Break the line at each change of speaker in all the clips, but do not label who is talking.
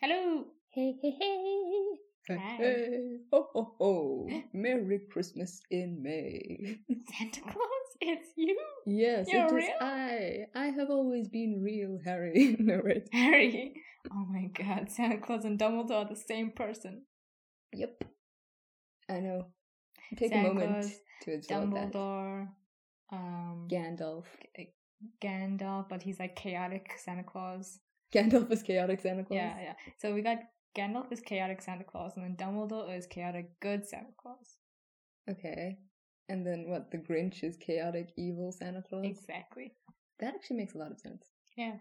Hello.
Hey, hey, hey.
Hi.
Hey, ho, ho, ho. Merry Christmas in May.
Santa Claus, it's you.
Yes, it
You're
is
real?
I. I have always been real, Harry. no, wait.
Harry. Oh my god, Santa Claus and Dumbledore are the same person.
Yep. I know. Take
Santa
a moment
Claus,
to absorb that.
Dumbledore, um,
Gandalf.
Gandalf, but he's like chaotic Santa Claus.
Gandalf is chaotic Santa Claus.
Yeah, yeah. So we got Gandalf is chaotic Santa Claus, and then Dumbledore is chaotic good Santa Claus.
Okay. And then what? The Grinch is chaotic, evil Santa Claus.
Exactly.
That actually makes a lot of sense.
Yeah.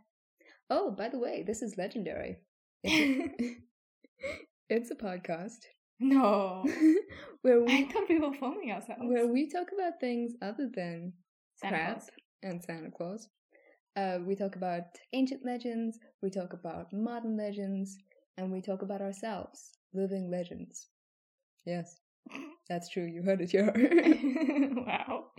Oh, by the way, this is legendary. it's a podcast
No, I
where we,
thought we were filming ourselves.
where we talk about things other than
Santa
crap
Claus.
and Santa Claus. Uh, we talk about ancient legends, we talk about modern legends, and we talk about ourselves, living legends. Yes, that's true. You heard it here.
wow.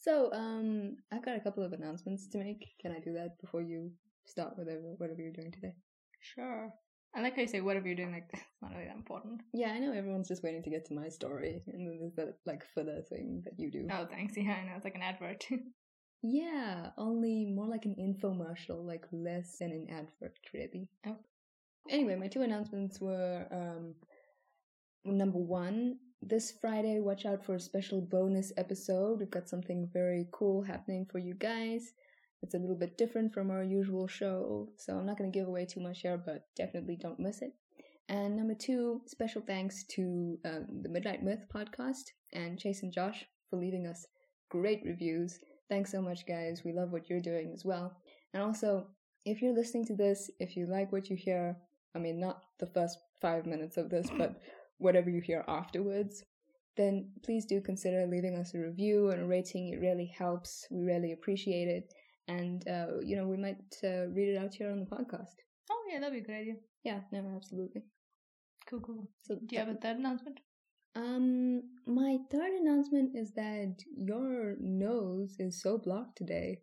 so, um, I've got a couple of announcements to make. Can I do that before you start whatever whatever you're doing today?
Sure. I like how you say whatever you're doing. Like it's not really that important.
Yeah, I know everyone's just waiting to get to my story, and then there's that like filler thing that you do.
Oh, thanks. Yeah, I know. It's like an advert.
Yeah, only more like an infomercial, like less than an advert, really.
Oh.
Anyway, my two announcements were um, number one, this Friday, watch out for a special bonus episode. We've got something very cool happening for you guys. It's a little bit different from our usual show, so I'm not going to give away too much here, but definitely don't miss it. And number two, special thanks to um, the Midnight Myth podcast and Chase and Josh for leaving us great reviews. Thanks so much, guys. We love what you're doing as well. And also, if you're listening to this, if you like what you hear, I mean, not the first five minutes of this, but whatever you hear afterwards, then please do consider leaving us a review and a rating. It really helps. We really appreciate it. And, uh, you know, we might uh, read it out here on the podcast.
oh yeah, that'd be a good idea.
Yeah, no, absolutely.
Cool, cool.
So uh,
Do you have a third announcement?
Um, my third announcement is that your nose is so blocked today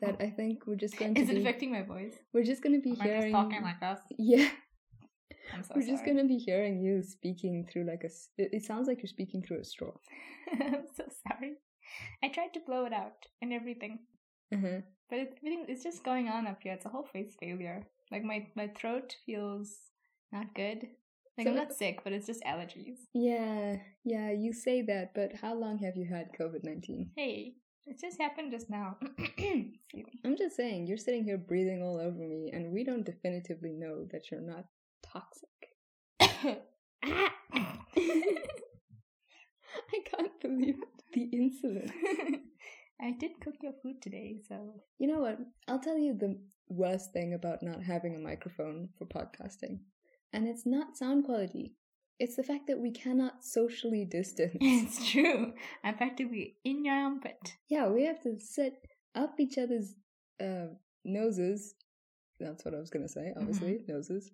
that I think we're just going to
Is it
be
affecting my voice?
we're just going to be
Am I just
hearing
talking like this?
yeah
I'm so
we're
sorry.
just going to be hearing you speaking through like a s- it, it sounds like you're speaking through a straw.
I'm so sorry. I tried to blow it out and everything,
Uh-huh.
but it, everything it's just going on up here. It's a whole face failure. Like my my throat feels not good. Like I'm
So-
not sick, but it's just allergies.
Yeah, yeah, you say that, but how long have you had COVID-19?
Hey, it just happened just now. Excuse me.
I'm just saying, you're sitting here breathing all over me and we don't definitively know that you're not toxic. I can't believe the insolence.
I did cook your food today, so
You know what? I'll tell you the worst thing about not having a microphone for podcasting. And it's not sound quality. It's the fact that we cannot socially distance.
it's true. I'm practically in your armpit.
yeah, we have to sit up each other's uh, noses. That's what I was going to
Mm-hmm.
say, obviously, noses.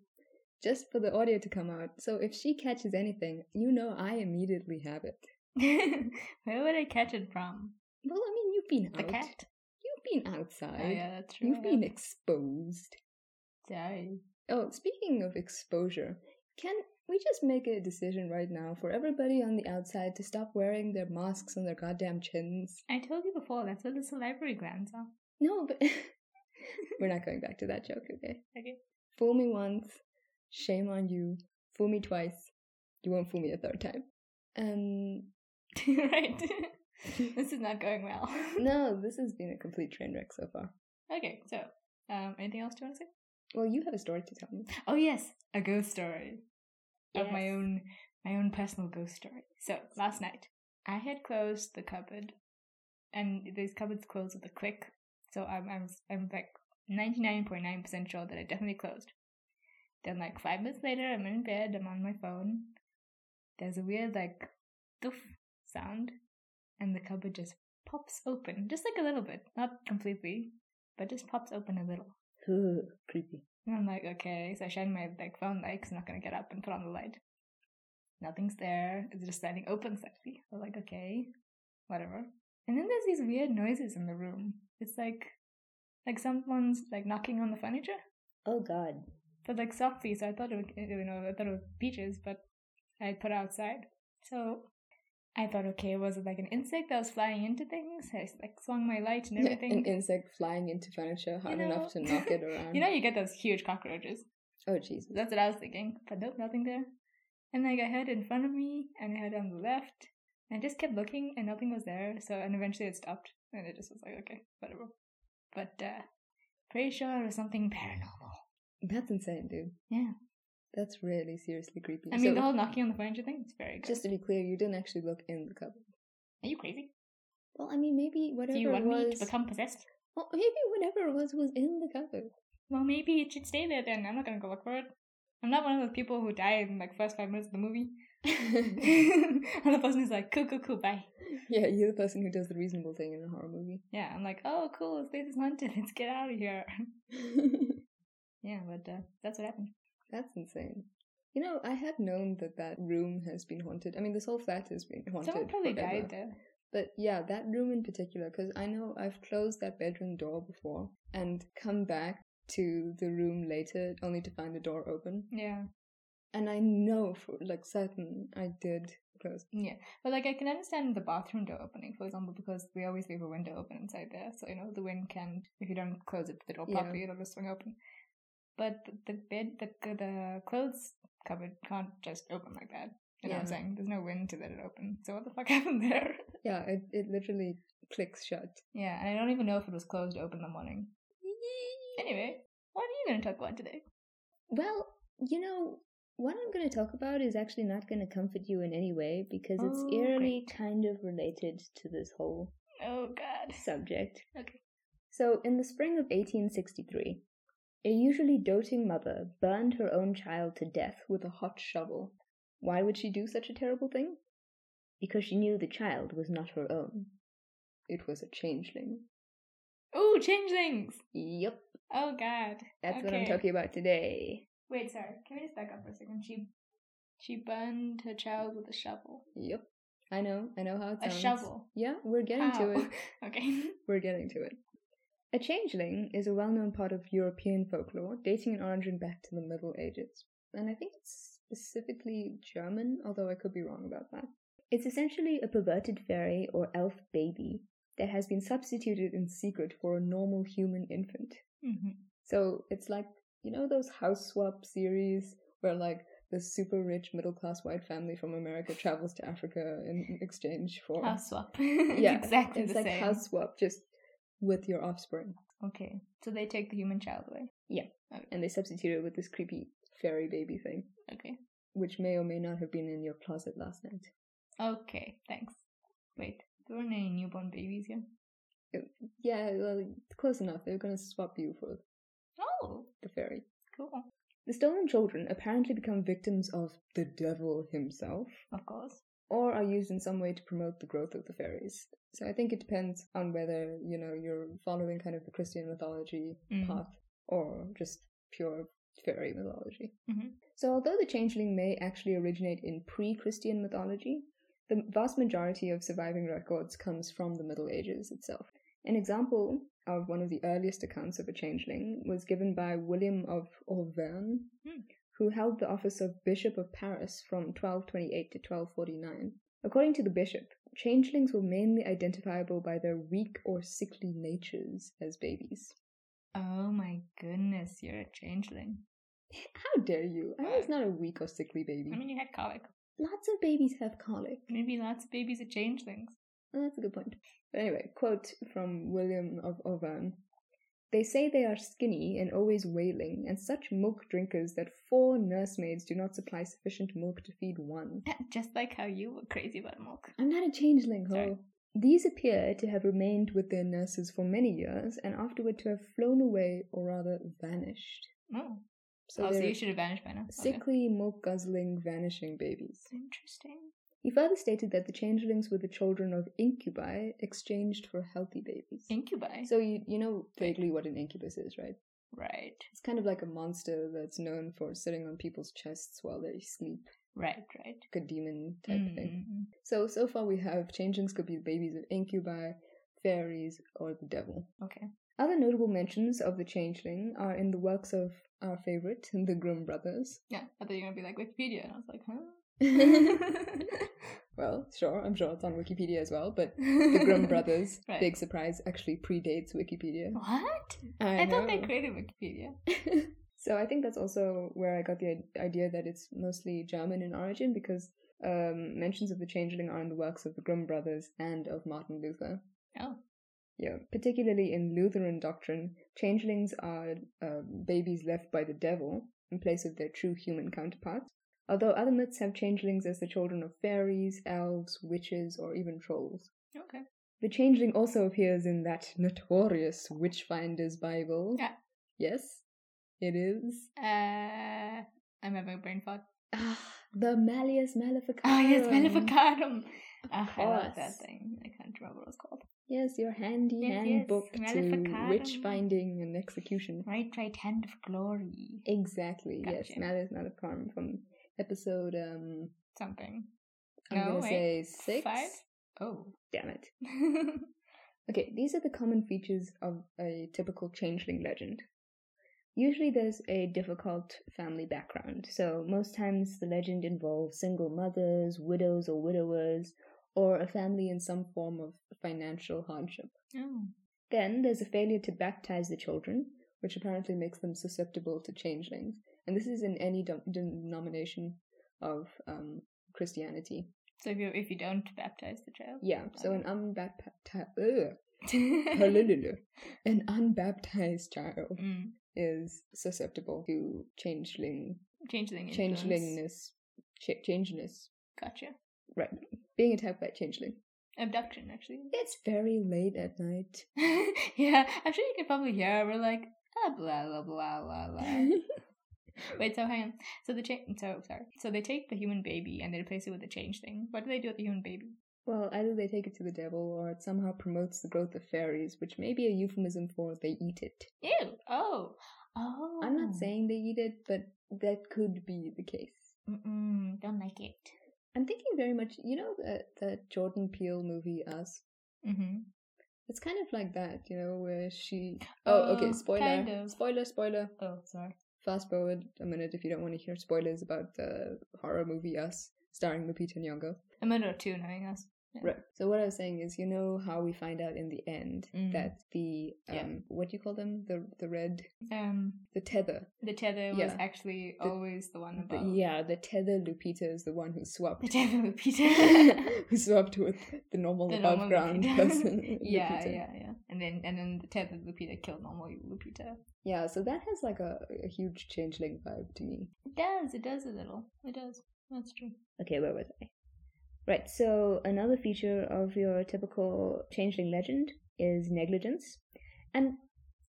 Just for the audio to come out. So if she catches anything, you know I immediately have it.
Where would I catch it from?
Well, I mean, you've been
The
out.
cat?
You've been outside.
Oh yeah, that's true.
You've been exposed.
Sorry.
Oh, speaking of exposure, can we just make a decision right now for everybody on the outside to stop wearing their masks on their goddamn chins?
I told you before, that's what the salivary glands are.
No, but we're not going back to that joke, okay?
Okay.
Fool me once, shame on you. Fool me twice, you won't fool me a third time. Um,
right. this is not going well.
no, this has been a complete train wreck so far.
okay, so um anything else do you want to say?
Well, you have a story to tell me.
Oh yes, a ghost story. Of my
Yes.
own my own personal ghost story. So last night I had closed the cupboard and these cupboards close with a click. So I'm I'm I'm like ninety nine point nine percent sure that I definitely closed. Then like five minutes later I'm in bed, I'm on my phone. There's a weird like doof sound and the cupboard just pops open. Just like a little bit. Not completely, but just pops open a little.
Creepy.
And I'm like, okay, so I shine my like phone light 'cause I'm not gonna get up and put on the light. Nothing's there. It's just standing open slightly. I'm like, okay, whatever. And then there's these weird noises in the room. It's like, like someone's like knocking on the furniture.
Oh god.
But like soft peas, so I thought it would, you know, I thought it was peaches, but I put outside. So I thought, okay, was it like an insect that was flying into things? I like swung my light and
An
everything.
insect flying into furniture hard
You
enough to
know-
knock it around.
you know, you get those huge cockroaches.
oh Jesus.
That's what I was thinking, but nope, nothing there. And like I had in front of me, and I had on the left, and I just kept looking, and nothing was there. So and eventually it stopped, and it just was like, okay, whatever. But uh pretty sure it was something paranormal.
That's insane, dude.
Yeah,
That's really seriously creepy.
I mean
So,
the whole knocking on the furniture thing is very good.
just to be clear, you didn't actually look in the cupboard.
Are you crazy?
Well, I mean, maybe whatever
Do you want
it was.
me to become possessed?
well, maybe whatever it was was in the cupboard.
Well, maybe it should stay there then. I'm not gonna go look for it. I'm not one of those people who die in like first five minutes of the movie. and the person who's like, cool, cool, cool, bye.
yeah, you're the person who does the reasonable thing in a horror movie.
Yeah, I'm like, oh, cool, this place is haunted. Let's get out of here. yeah, but uh, that's what happened.
That's insane. You know, I have known that that room has been haunted. I mean, this whole flat has been haunted.
Someone probably
forever.
died there.
But yeah, that room in particular, because I know I've closed that bedroom door before and come back to the room later only to find the door open.
Yeah,
And I know for like certain I did close.
yeah. But like, I can understand the bathroom door opening, for example, because we always leave a window open inside there. So, you know, the wind can, if you don't close it, the door
Yeah.
properly, it'll just swing open. But the- the bed, the, the clothes cupboard can't just open like that. You know what I'm
Yeah.
saying? There's no wind to let it open. So what the fuck happened there?
Yeah, it, it literally clicks shut.
Yeah, and I don't even know if it was closed or open in the morning. Anyway, what are you going to talk about today?
Well, you know, what I'm going to talk about is actually not going to comfort you in any way because it's
Oh,
eerily
great.
kind of related to this whole
Oh God.
subject.
Okay.
So, in the spring of 1863, a usually doting mother burned her own child to death with a hot shovel. Why would she do such a terrible thing? Because she knew the child was not her own. It was a changeling.
Ooh, changelings.
Yep,
Oh God.
that's what I'm
Okay.
talking about today.
Wait, sorry. Can we just back up for a second? She, she burned her child with a shovel.
Yep. I know, I know how it
A
sounds.
shovel.
Yeah, we're getting to
Ow.
it.
okay.
We're getting to it. A changeling is a well known part of European folklore, dating in origin back to the Middle Ages. And I think it's specifically German, although I could be wrong about that. It's essentially a perverted fairy or elf baby that has been substituted in secret for a normal human infant.
hmm
Mm-hmm. So it's like, you know, those house swap series where like the super rich middle class white family from America travels to Africa in exchange for.
House swap. it's
Yeah,
exactly
it's
the
like
same.
house swap, just with your offspring.
Okay, so they take the human child away.
and they substituted it with this creepy fairy baby thing,
Okay.
which may or may not have been in your closet last night.
Okay. Thanks. Wait, there weren't any newborn babies here.
Yeah, well, close enough. They were going to swap you for
Oh,
the fairy.
cool.
The stolen children apparently become victims of the devil himself,
Of course.
or are used in some way to promote the growth of the fairies. So I think it depends on whether, you know, you're following kind of the Christian mythology
Mm.
path or just pure fairy mythology.
Mhm.
So, although the changeling may actually originate in pre Christian mythology, the vast majority of surviving records comes from the Middle Ages itself. An example of one of the earliest accounts of a changeling was given by William of Auvergne,
Hmm.
who held the office of Bishop of Paris from 1228 to 1249. According to the bishop, changelings were mainly identifiable by their weak or sickly natures as babies.
Oh my goodness, you're a changeling.
How dare you? I
Wow.
was not a weak or sickly
I
baby.
mean, you had colic.
Lots of babies have colic.
Maybe lots of babies are changelings.
Well, That's a good point. But anyway, quote from William of Auvergne. They say they are skinny and always wailing, and such milk drinkers that four nursemaids do not supply sufficient milk to feed one.
Just like how you were crazy about milk.
I'm not a changeling, ho.
Sorry.
These appear to have remained with their nurses for many years, and afterward to have flown away, or rather vanished.
Oh.
So
oh, so
they're
you should have vanished by now. Okay.
sickly, milk guzzling, vanishing babies.
Interesting.
He further stated that the changelings were the children of incubi exchanged for healthy babies.
Incubi.
So you you know vaguely what an incubus is, right?
right.
It's kind of like a monster that's known for sitting on people's chests while they sleep,
Right, right.
like a demon type thing.
Mm.
So so far we have changelings could be the babies of incubi, fairies, or the devil.
Mm-hmm. Okay.
Other notable mentions of the Changeling are in the works of our favorite, the Grimm brothers.
Yeah, I thought you were gonna be like Wikipedia, and I was like, huh?
well, sure, I'm sure it's on Wikipedia as well, but the Grimm brothers,
Right.
big surprise, actually predates Wikipedia.
What?
I,
I, thought they
know.
created Wikipedia.
so I think that's also where I got the i- idea that it's mostly German in origin because um, mentions of the changeling are in the works of the Grimm brothers and of Martin Luther.
Oh.
Yeah, particularly in Lutheran doctrine, changelings are uh, babies left by the devil in place of their true human counterparts. Although other myths have changelings as the children of fairies, elves, witches, or even trolls.
Okay.
The changeling also appears in that notorious Witchfinder's Bible.
Yeah.
Yes, it is.
Uh, I'm having a brain fog.
Ah, the Malleus Maleficarum.
Oh yes, Maleficarum. Ah, I love
course.
that thing. I can't remember what it's called.
Yes, your handy
Yes, yes,
handbook to
Maleficarum.
witch finding and execution.
Right, right hand of glory.
Exactly. Yes,
Gotcha.
Malleus Maleficarum from episode um.
Something.
I'm
No,
gonna
Oh, wait.
say six.
Five? Oh.
Damn it.
okay.
Okay, these are the common features of a typical changeling legend. Usually there's a difficult family background, so most times the legend involves single mothers, widows or widowers, or a family in some form of financial hardship.
Oh.
Then there's a failure to baptize the children, which apparently makes them susceptible to changelings, and this is in any dom- denomination of um, Christianity.
So if you if you don't baptize the child.
Yeah, so an unbaptized.
mm.
Hallelujah. An unbaptized child is susceptible to changeling,
Changeling. influence.
changelingness, ch- changeness,
Gotcha.
right? Being attacked by changeling.
Abduction, actually.
It's very late at night.
yeah, I'm sure you can probably hear. We're like ah, blah blah blah blah blah. Wait, so hang on. So the cha- so sorry. So they take the human baby and they replace it with a change thing. What do they do with the human baby?
well, either they take it to the devil, or it somehow promotes the growth of fairies, which may be a euphemism for they eat it.
Ew. Oh. Oh.
I'm not saying they eat it, but that could be the case.
Mm-mm, don't like it.
I'm thinking very much, you know, that, that Jordan Peele movie, Us?
Mm-hmm.
It's kind of like that, you know, where she. Oh,
Oh,
okay. Spoiler.
kind of.
Spoiler. Spoiler.
Oh, sorry.
Fast forward a minute if you don't want to hear spoilers about the horror movie Us, starring Lupita Nyong'o.
A minute or two knowing us. Yeah.
Right. So what I was saying is, you know how we find out in the end
Mm.
that the um,
Yeah.
what do you call them? The the red
Um,
the tether.
the tether was
Yeah.
actually
The-
always the one
The-
above.
yeah, the tether Lupita is the one who
The
swapped.
tether with Peter.
who swapped with the normal
the
above
normal
ground
Lupita.
person.
yeah,
Lupita.
yeah, yeah. And then and then the tether Lupita killed normal Lupita.
Yeah, so that has like a, a huge changeling vibe to me.
It does. It does a little. It does. That's true.
Okay, where was I? Right, so another feature of your typical changeling legend is negligence. And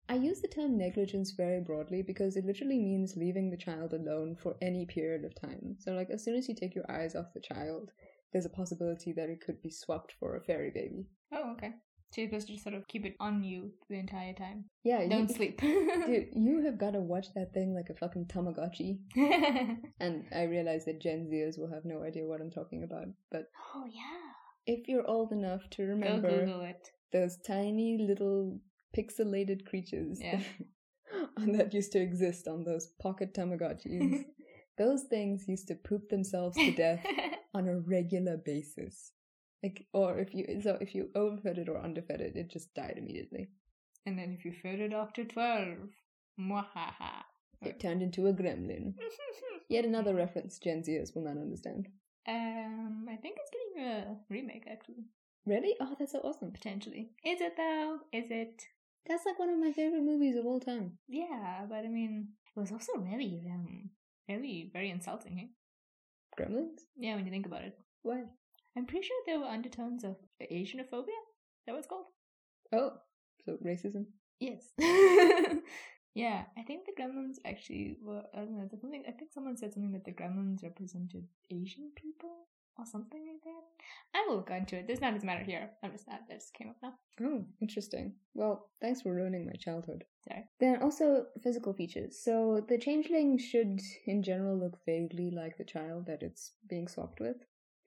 I use the term negligence very broadly because it literally means leaving the child alone for any period of time. So, like, as soon as you take your eyes off the child, there's a possibility that it could be swapped for a fairy baby.
Oh, okay. So you're supposed to just sort of keep it on you the entire time.
Yeah, you-
Don't sleep. Dude.
Dude, you have got to watch that thing like a fucking Tamagotchi.
oh
And I realize that Gen Zers will have no idea what I'm talking about, but
yeah.
if you're old enough to remember.
Go Google it.
those tiny little pixelated creatures
Yeah.
that used to exist on those pocket Tamagotchis. those things used to poop themselves to death on a regular basis. Like, or if you so if you overfed it or underfed it, it just died immediately.
and then if you fed it after twelve, mwahaha.
It turned into a gremlin. Yet another reference Gen Zers will not understand.
um, I think it's getting a remake actually.
Really? Oh, that's so awesome!
Potentially, is it though? Is it?
That's like one of my favorite movies of all time.
Yeah, but I mean, it was also really, um, very, very insulting. eh?
Gremlins?
Yeah, when you think about it,
Why?
I'm pretty sure there were undertones of Asianophobia. Is that what it's called?
Oh, so racism.
Yes. yeah, I think the Gremlins actually were. I don't know. there's Something. I think someone said something that the Gremlins represented Asian people or something like that. I will look into it. There's not as matter here. I'm just not. That just came up now.
Oh, interesting. Well, thanks for ruining my childhood.
Sorry.
Then also physical features. So the changeling should, in general, look vaguely like the child that it's being swapped with,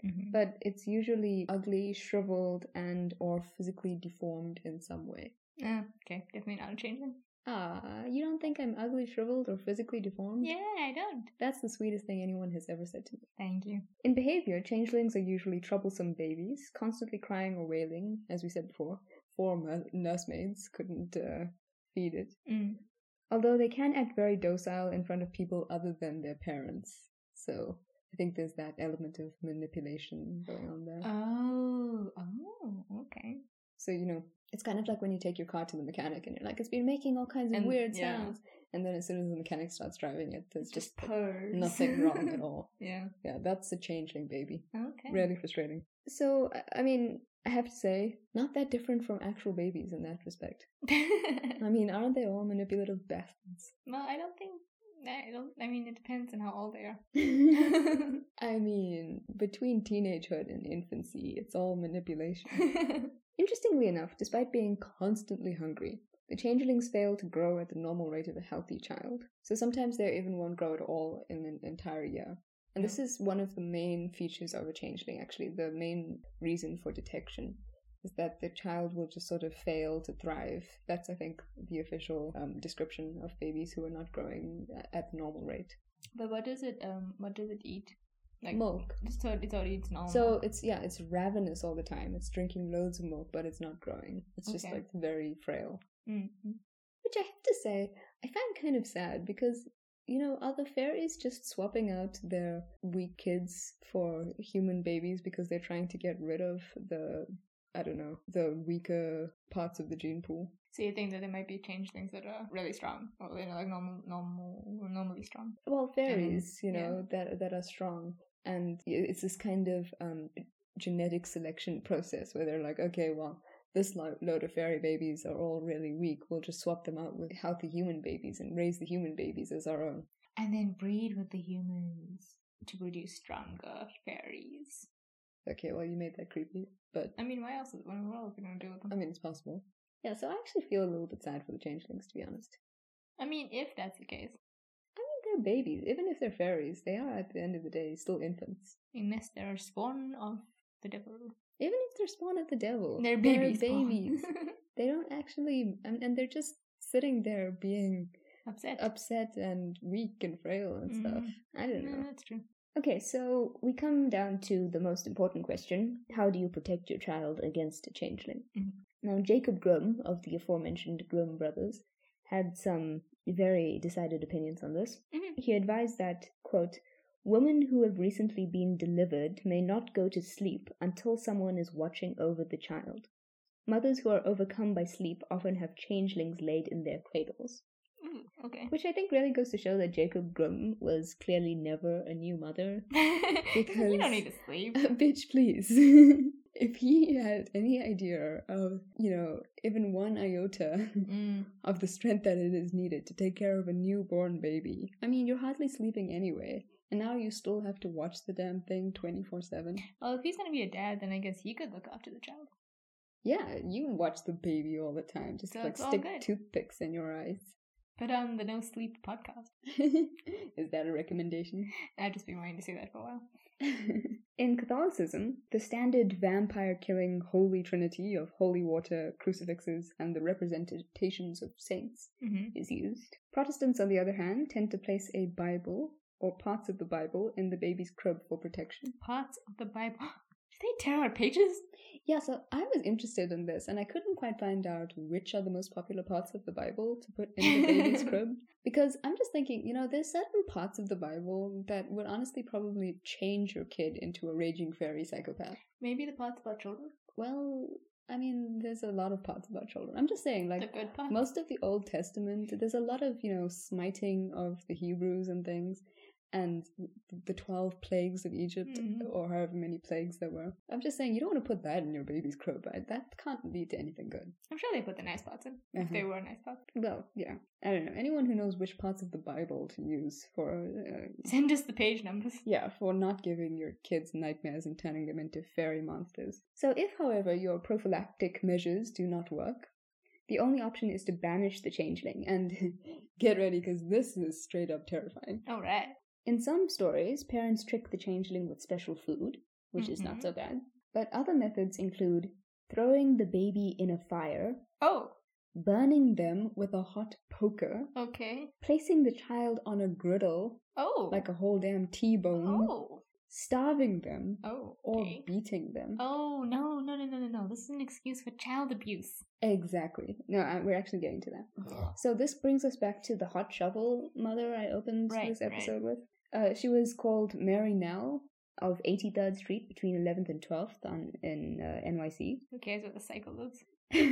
Mm-hmm.
but it's usually ugly, shriveled, and or physically deformed in some way.
Oh, okay, definitely not a changeling.
Ah, you don't think I'm ugly, shriveled, or physically deformed?
Yeah, I don't.
That's the sweetest thing anyone has ever said to me.
Thank you.
In behavior, changelings are usually troublesome babies, constantly crying or wailing, as we said before. Four mu- nursemaids couldn't uh, feed it.
Mm.
Although they can act very docile in front of people other than their parents. So I think there's that element of manipulation going on there.
Oh, oh, okay.
So, you know, it's kind of like when you take your car to the mechanic and you're like, it's been making all kinds of
And-
weird
yeah.
sounds. And then as soon as the mechanic starts driving it, there's just
purrs.
nothing wrong at all.
Yeah.
Yeah, that's a changeling baby.
Okay.
Really frustrating. So, I- I mean, I have to say, not that different from actual babies in that respect. I mean, aren't they all manipulative bastards?
well, I don't think. I don't. I mean, it depends on how old they are.
I mean, between teenagehood and infancy, it's all manipulation. Interestingly enough, despite being constantly hungry, the changelings fail to grow at the normal rate of a healthy child. So sometimes they even won't grow at all in an entire year. And this is one of the main features of a changeling, actually, the main reason for detection is that the child will just sort of fail to thrive. That's, I think, the official um, description of babies who are not growing a- at the normal rate.
but what does it? Um, what does it eat? Like oh.
Milk.
So it all eats normal.
So it's yeah, it's ravenous all the time. It's drinking loads of milk, but it's not growing. It's just
Okay.
like very frail.
Mm.
Which I have to say, I find kind of sad because you know are the fairies just swapping out their weak kids for human babies because they're trying to get rid of the I don't know the weaker parts of the gene pool.
So you think that there might be changelings that are really strong, or you know, like normal, normal, normally strong.
Well, fairies, you know that that are strong, and it's this kind of um, genetic selection process where they're like, okay, well. This lo- load of fairy babies are all really weak. We'll just swap them out with healthy human babies and raise the human babies as our own.
and then breed with the humans to produce stronger fairies.
Okay, well, you made that creepy, but
I mean, why else? What else are we gonna do with
I
them?
mean, it's possible. Yeah, so I actually feel a little bit sad for the changelings, to be honest.
I mean, if that's the case,
I mean, they're babies. Even if they're fairies, they are, at the end of the day, still infants.
unless they're spawn of the devil,
Even if they're spawn at the devil,
they're babies.
babies. they don't actually, and, and they're just sitting there being
Upset.
upset and weak and frail and stuff.
Mm.
I don't
No,
know.
that's true.
Okay, so we come down to the most important question how do you protect your child against a changeling?
Mhm.
Now, Jacob Grimm of the aforementioned Grimm brothers had some very decided opinions on this.
Mhm.
He advised that, quote, Women who have recently been delivered may not go to sleep until someone is watching over the child. Mothers who are overcome by sleep often have changelings laid in their cradles.
Mm, okay.
Which I think really goes to show that Jacob Grimm was clearly never a new mother
because you
Because-
don't need to sleep.
uh, bitch, please. if he had any idea of, you know, even one iota
Mm.
of the strength that it is needed to take care of a newborn baby, I mean, you're hardly sleeping anyway, and now you still have to watch the damn thing 24 7.
Well, if he's gonna be a dad, then I guess he could look after the child.
Yeah, you watch the baby all the time. Just
So
like
it's all
stick
good.
toothpicks in your eyes.
Put on um, the No Sleep podcast.
is that a recommendation?
I've just been wanting to say that for a while.
In Catholicism, the standard vampire killing holy trinity of holy water, crucifixes, and the representations of saints
hmm
is used. Protestants, on the other hand, tend to place a Bible or parts of the Bible in the baby's crib for protection.
Parts of the Bible. Do they tear out pages?
Yeah, so I was interested in this and I couldn't quite find out which are the most popular parts of the Bible to put in the baby's crib. Because I'm just thinking, you know, there's certain parts of the Bible that would honestly probably change your kid into a raging fairy psychopath.
Maybe the parts about children.
Well, I mean, there's a lot of parts about children. I'm just saying,
The
like,
good parts.
most of the Old Testament, there's a lot of, you know, smiting of the Hebrews and things, and the 12 plagues of Egypt,
Mhm.
or however many plagues there were. I'm just saying, you don't want to put that in your baby's crib. I- That can't lead to anything good.
I'm sure they put the nice parts in. If
Uh-huh.
they were nice parts.
Well, yeah. I don't know. Anyone who knows which parts of the Bible to use for, uh,
Send us the page numbers.
Yeah, for not giving your kids nightmares and turning them into fairy monsters. So, if, however, your prophylactic measures do not work, the only option is to banish the changeling and get ready because this is straight up terrifying.
Alright.
In some stories, parents trick the changeling with special food, which is
Mhm.
not so bad. But other methods include throwing the baby in a fire,
Oh,
burning them with a hot poker,
Okay.
placing the child on a griddle
Oh.
like a whole damn T-bone,
oh.
starving them,
Oh.
or
Okay.
beating them.
Oh no no no no no no! This is an excuse for child abuse.
Exactly. No, I, we're actually getting to that.
Ugh.
So this brings us back to the hot shovel mother I opened
Right,
this
right.
episode with. Uh, she was called Mary Nell of 83rd Street between 11th and 12th on in uh, NYC.
Who cares what the cycle is?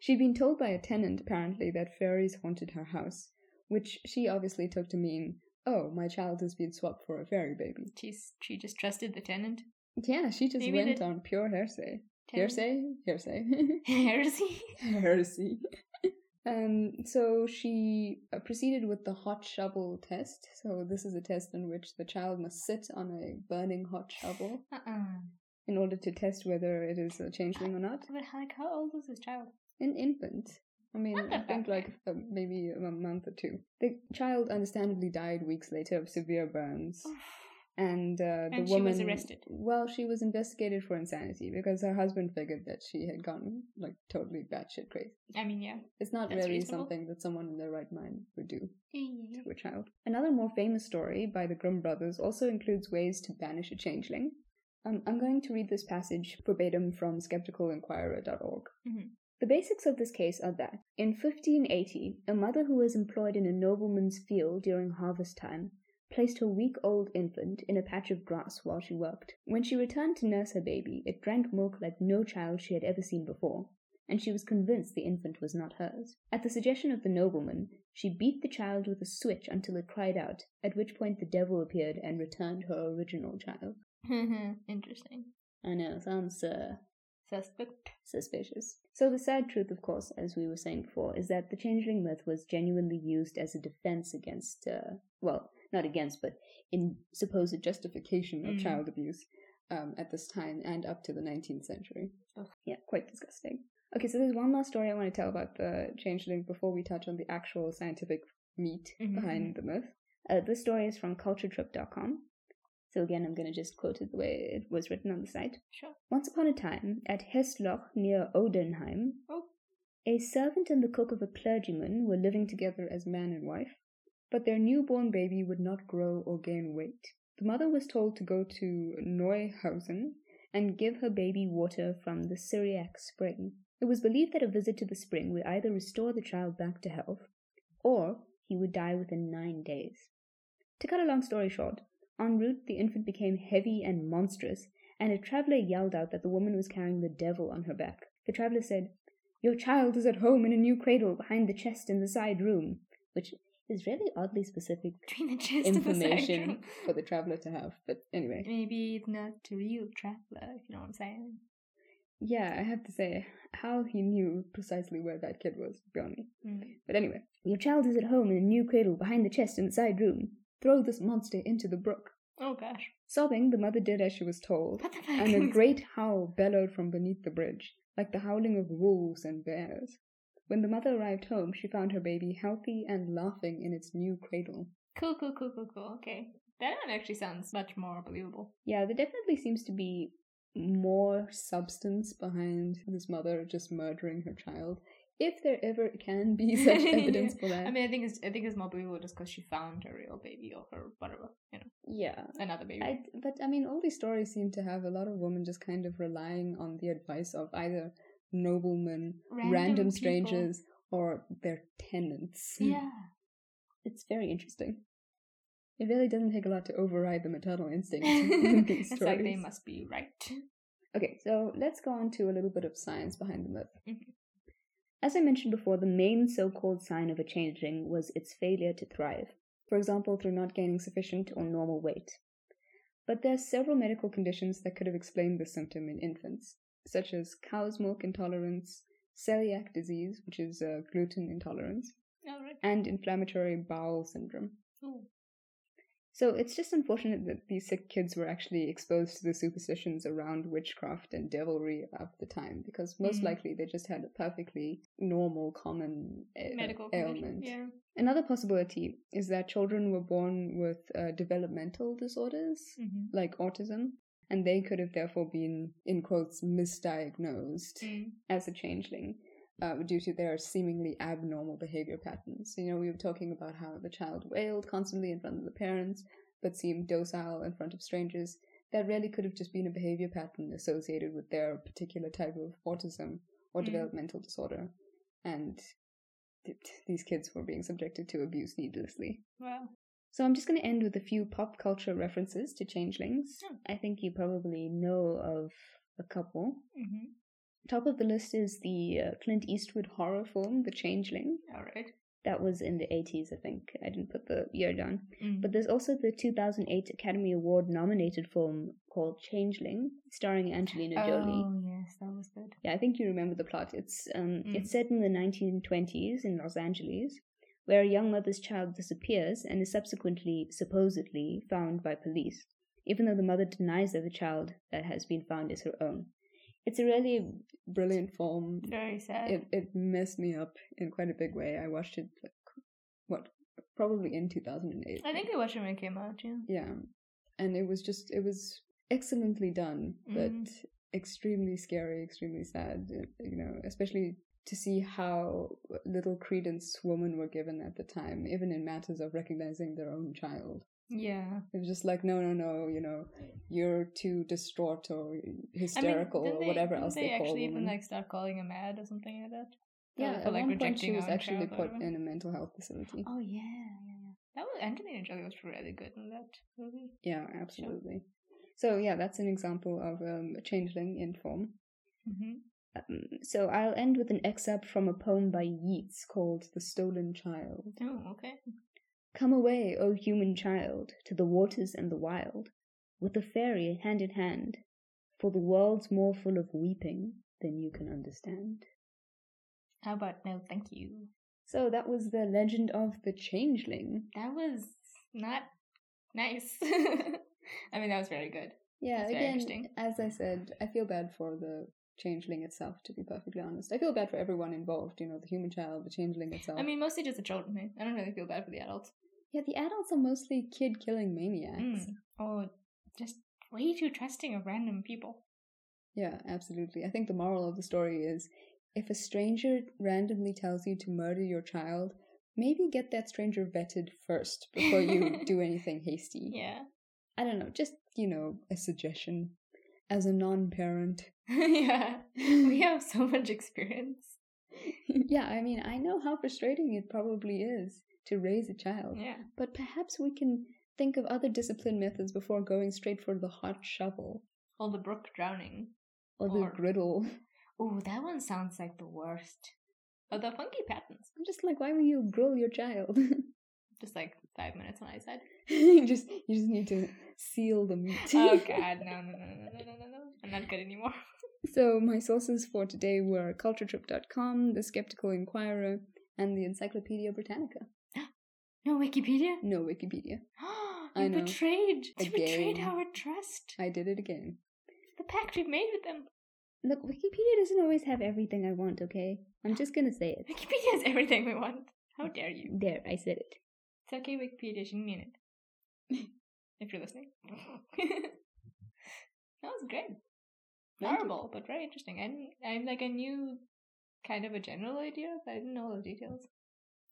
She'd been told by a tenant apparently that fairies haunted her house, which she obviously took to mean, "Oh, my child has been swapped for a fairy baby."
She's she just trusted the tenant.
Yeah, she just
Maybe
went
the-
on pure hearsay.
tenant.
Hearsay, hearsay.
Heresy.
heresy. um, so she uh, proceeded with the hot shovel test. So this is a test in which the child must sit on a burning hot shovel
Uh uh
in order to test whether it is a changeling or not.
But how, like, how old was this child?
An infant. I mean,
Not
I
that
think
bad.
like uh, maybe a month or two. The child understandably died weeks later of severe burns. And uh, the
And she
woman
was arrested.
Well, she was investigated for insanity because her husband figured that she had gone like totally batshit crazy.
I mean, yeah.
It's not
That's
really
reasonable.
something that someone in their right mind would do
Yeah.
to a child. Another more famous story by the Grimm brothers also includes ways to banish a changeling. Um, I'm going to read this passage verbatim from skepticalenquirer.org.
Mhm.
The basics of this case are that in 1580, a mother who was employed in a nobleman's field during harvest time placed her week old infant in a patch of grass while she worked. When she returned to nurse her baby, it drank milk like no child she had ever seen before, and she was convinced the infant was not hers. At the suggestion of the nobleman, she beat the child with a switch until it cried out, at which point the devil appeared and returned her original child.
Interesting.
I know, sounds uh,
Suspect.
suspicious. So the sad truth, of course, as we were saying before, is that the changeling myth was genuinely used as a defense against, uh, well, not against, but in supposed justification of
Mm.
child abuse um, at this time and up to the 19th century.
Ugh.
Yeah, quite disgusting. Okay, so there's one last story I want to tell about the changeling before we touch on the actual scientific meat
Mhm,
behind the myth. Uh, this story is from culturetrip.com. So again, I'm going to just quote it the way it was written on the site.
Sure.
Once upon a time, at Hesloch near Odenheim,
Oh.
a servant and the cook of a clergyman were living together as man and wife, but their newborn baby would not grow or gain weight. The mother was told to go to Neuhausen and give her baby water from the Syriac spring. It was believed that a visit to the spring would either restore the child back to health or he would die within nine days. To cut a long story short, en route the infant became heavy and monstrous, and a traveller yelled out that the woman was carrying the devil on her back. The traveller said, Your child is at home in a new cradle behind the chest in the side room, which is really oddly specific
Between the chest and
information
the side
for the traveller to have. But anyway,
Maybe it's not the real traveler, if you know what I'm saying.
yeah, I have to say, how he knew precisely where that kid was beyond me.
Mm.
But anyway, your child is at home in a new cradle behind the chest in the side room. Throw this monster into the brook.
Oh gosh.
Sobbing, the mother did as she was told,
What the fuck?
and a great howl bellowed from beneath the bridge, like the howling of wolves and bears. When the mother arrived home, she found her baby healthy and laughing in its new cradle.
Cool, cool, cool, cool, cool. Okay. That one actually sounds much more believable.
Yeah, there definitely seems to be more substance behind this mother just murdering her child, if there ever can be such evidence for that.
I mean, I think it's I think it's more believable just because she found her real baby or her whatever, you know,
yeah.
another baby.
I, but I mean, all these stories seem to have a lot of women just kind of relying on the advice of either noblemen, random,
people.
strangers, or their tenants.
Yeah.
It's very interesting. It really doesn't take a lot to override the maternal instinct in these
it's
stories.
like they must be right.
Okay, so let's go on to a little bit of science behind the myth.
Mhm.
As I mentioned before, the main so called sign of a changeling was its failure to thrive, for example, through not gaining sufficient or normal weight. But there are several medical conditions that could have explained this symptom in infants, such as cow's milk intolerance, celiac disease, which is uh, gluten intolerance,
All right.
and inflammatory bowel syndrome.
Ooh.
So it's just unfortunate that these sick kids were actually exposed to the superstitions around witchcraft and devilry of the time, because most
Mhm.
likely they just had a perfectly normal, common a-
Medical condition.
ailment.
Yeah.
Another possibility is that children were born with uh, developmental disorders,
Mm-hmm.
like autism, and
Mm.
they could have therefore been, in quotes, misdiagnosed as a changeling. uh, due to their seemingly abnormal behavior patterns. You know, we were talking about how the child wailed constantly in front of the parents, but seemed docile in front of strangers. That really could have just been a behavior pattern associated with their particular type of autism or
Mm.
developmental disorder. And th- these kids were being subjected to abuse needlessly.
Well,
So I'm just going to end with a few pop culture references to changelings.
Sure.
I think you probably know of a couple.
mm-hmm.
Top of the list is the uh, Clint Eastwood horror film, The Changeling.
all right.
That was in the 80s, I think. I didn't put the year down.
Mm.
But there's also the 2008 Academy Award nominated film called Changeling, starring Angelina Jolie.
Oh yes, that was good.
Yeah, I think you remember the plot. It's um,
Mm.
it's set in the 1920s in Los Angeles, where a young mother's child disappears and is subsequently supposedly found by police, even though the mother denies that the child that has been found is her own. It's a really brilliant film.
Very sad.
It it messed me up in quite a big way. I watched it like what probably in 2008.
I think I watched it when it came out too.
Yeah. And it was just, it was excellently done,
Mm.
but extremely scary, extremely sad, uh, you know, especially to see how little credence women were given at the time, even in matters of recognizing their own child.
Yeah.
It was just like, no, no, no, you know, you're too distraught or hysterical
I mean, didn't
or whatever
didn't
else
they,
they, call
actually even
women.
like start calling him mad or something like that.
yeah,
for,
at
like,
one point she
rejecting
was
our own
actually
child or
put
whatever.
in a mental health facility.
Oh yeah, yeah, yeah. That was Angelina Jolie was really good in that movie.
Yeah, absolutely. So yeah, that's an example of um, a changeling in form.
Mm-hmm.
Um, so I'll end with an excerpt from a poem by Yeats called The Stolen Child.
Oh, okay.
Come away, O human child, to the waters and the wild, with the fairy hand in hand, for the world's more full of weeping than you can understand.
How about no thank you?
So that was the legend of the changeling.
That was not nice. I mean that was very good.
Yeah,
That's very
again,
interesting.
as I said, I feel bad for the changeling itself, to be perfectly honest. I feel bad for everyone involved, you know, the human child, the changeling itself.
I mean mostly just the children. eh? I don't really feel bad for the adults.
yeah, the adults are mostly kid killing maniacs.
Mm. Or just way too trusting of random people.
Yeah, absolutely. I think the moral of the story is if a stranger randomly tells you to murder your child, maybe get that stranger vetted first before you do anything hasty.
Yeah.
I don't know, just, you know, a suggestion as a non parent.
yeah. We have so much experience.
yeah, I mean, I know how frustrating it probably is to raise a child,
Yeah.
but perhaps we can think of other discipline methods before going straight for the hot shovel
All the brook drowning.
or the
Or-
griddle.
Oh, that one sounds like the worst. Oh, the funky patterns.
I'm just like, why will you grill your child?
Just like five minutes on either side.
you just you just need to seal the meat.
Oh god, no, no, no, no, no, no, no, no. I'm not good anymore.
So my sources for today were culturetrip.com, the Skeptical Inquirer, and the Encyclopedia Britannica.
No Wikipedia?
No Wikipedia.
you
I know.
betrayed. You betrayed
Again.
our trust.
I did it again.
The pact we've made with them.
Look, Wikipedia doesn't always have everything I want, okay? I'm just gonna say it.
Wikipedia has everything we want. How dare you?
There, I said it.
It's okay, Wikipedia, she didn't mean it. if you're listening. that was great.
you.
Horrible, but very interesting. And I'm like I knew kind of a general idea, but I didn't know all the details.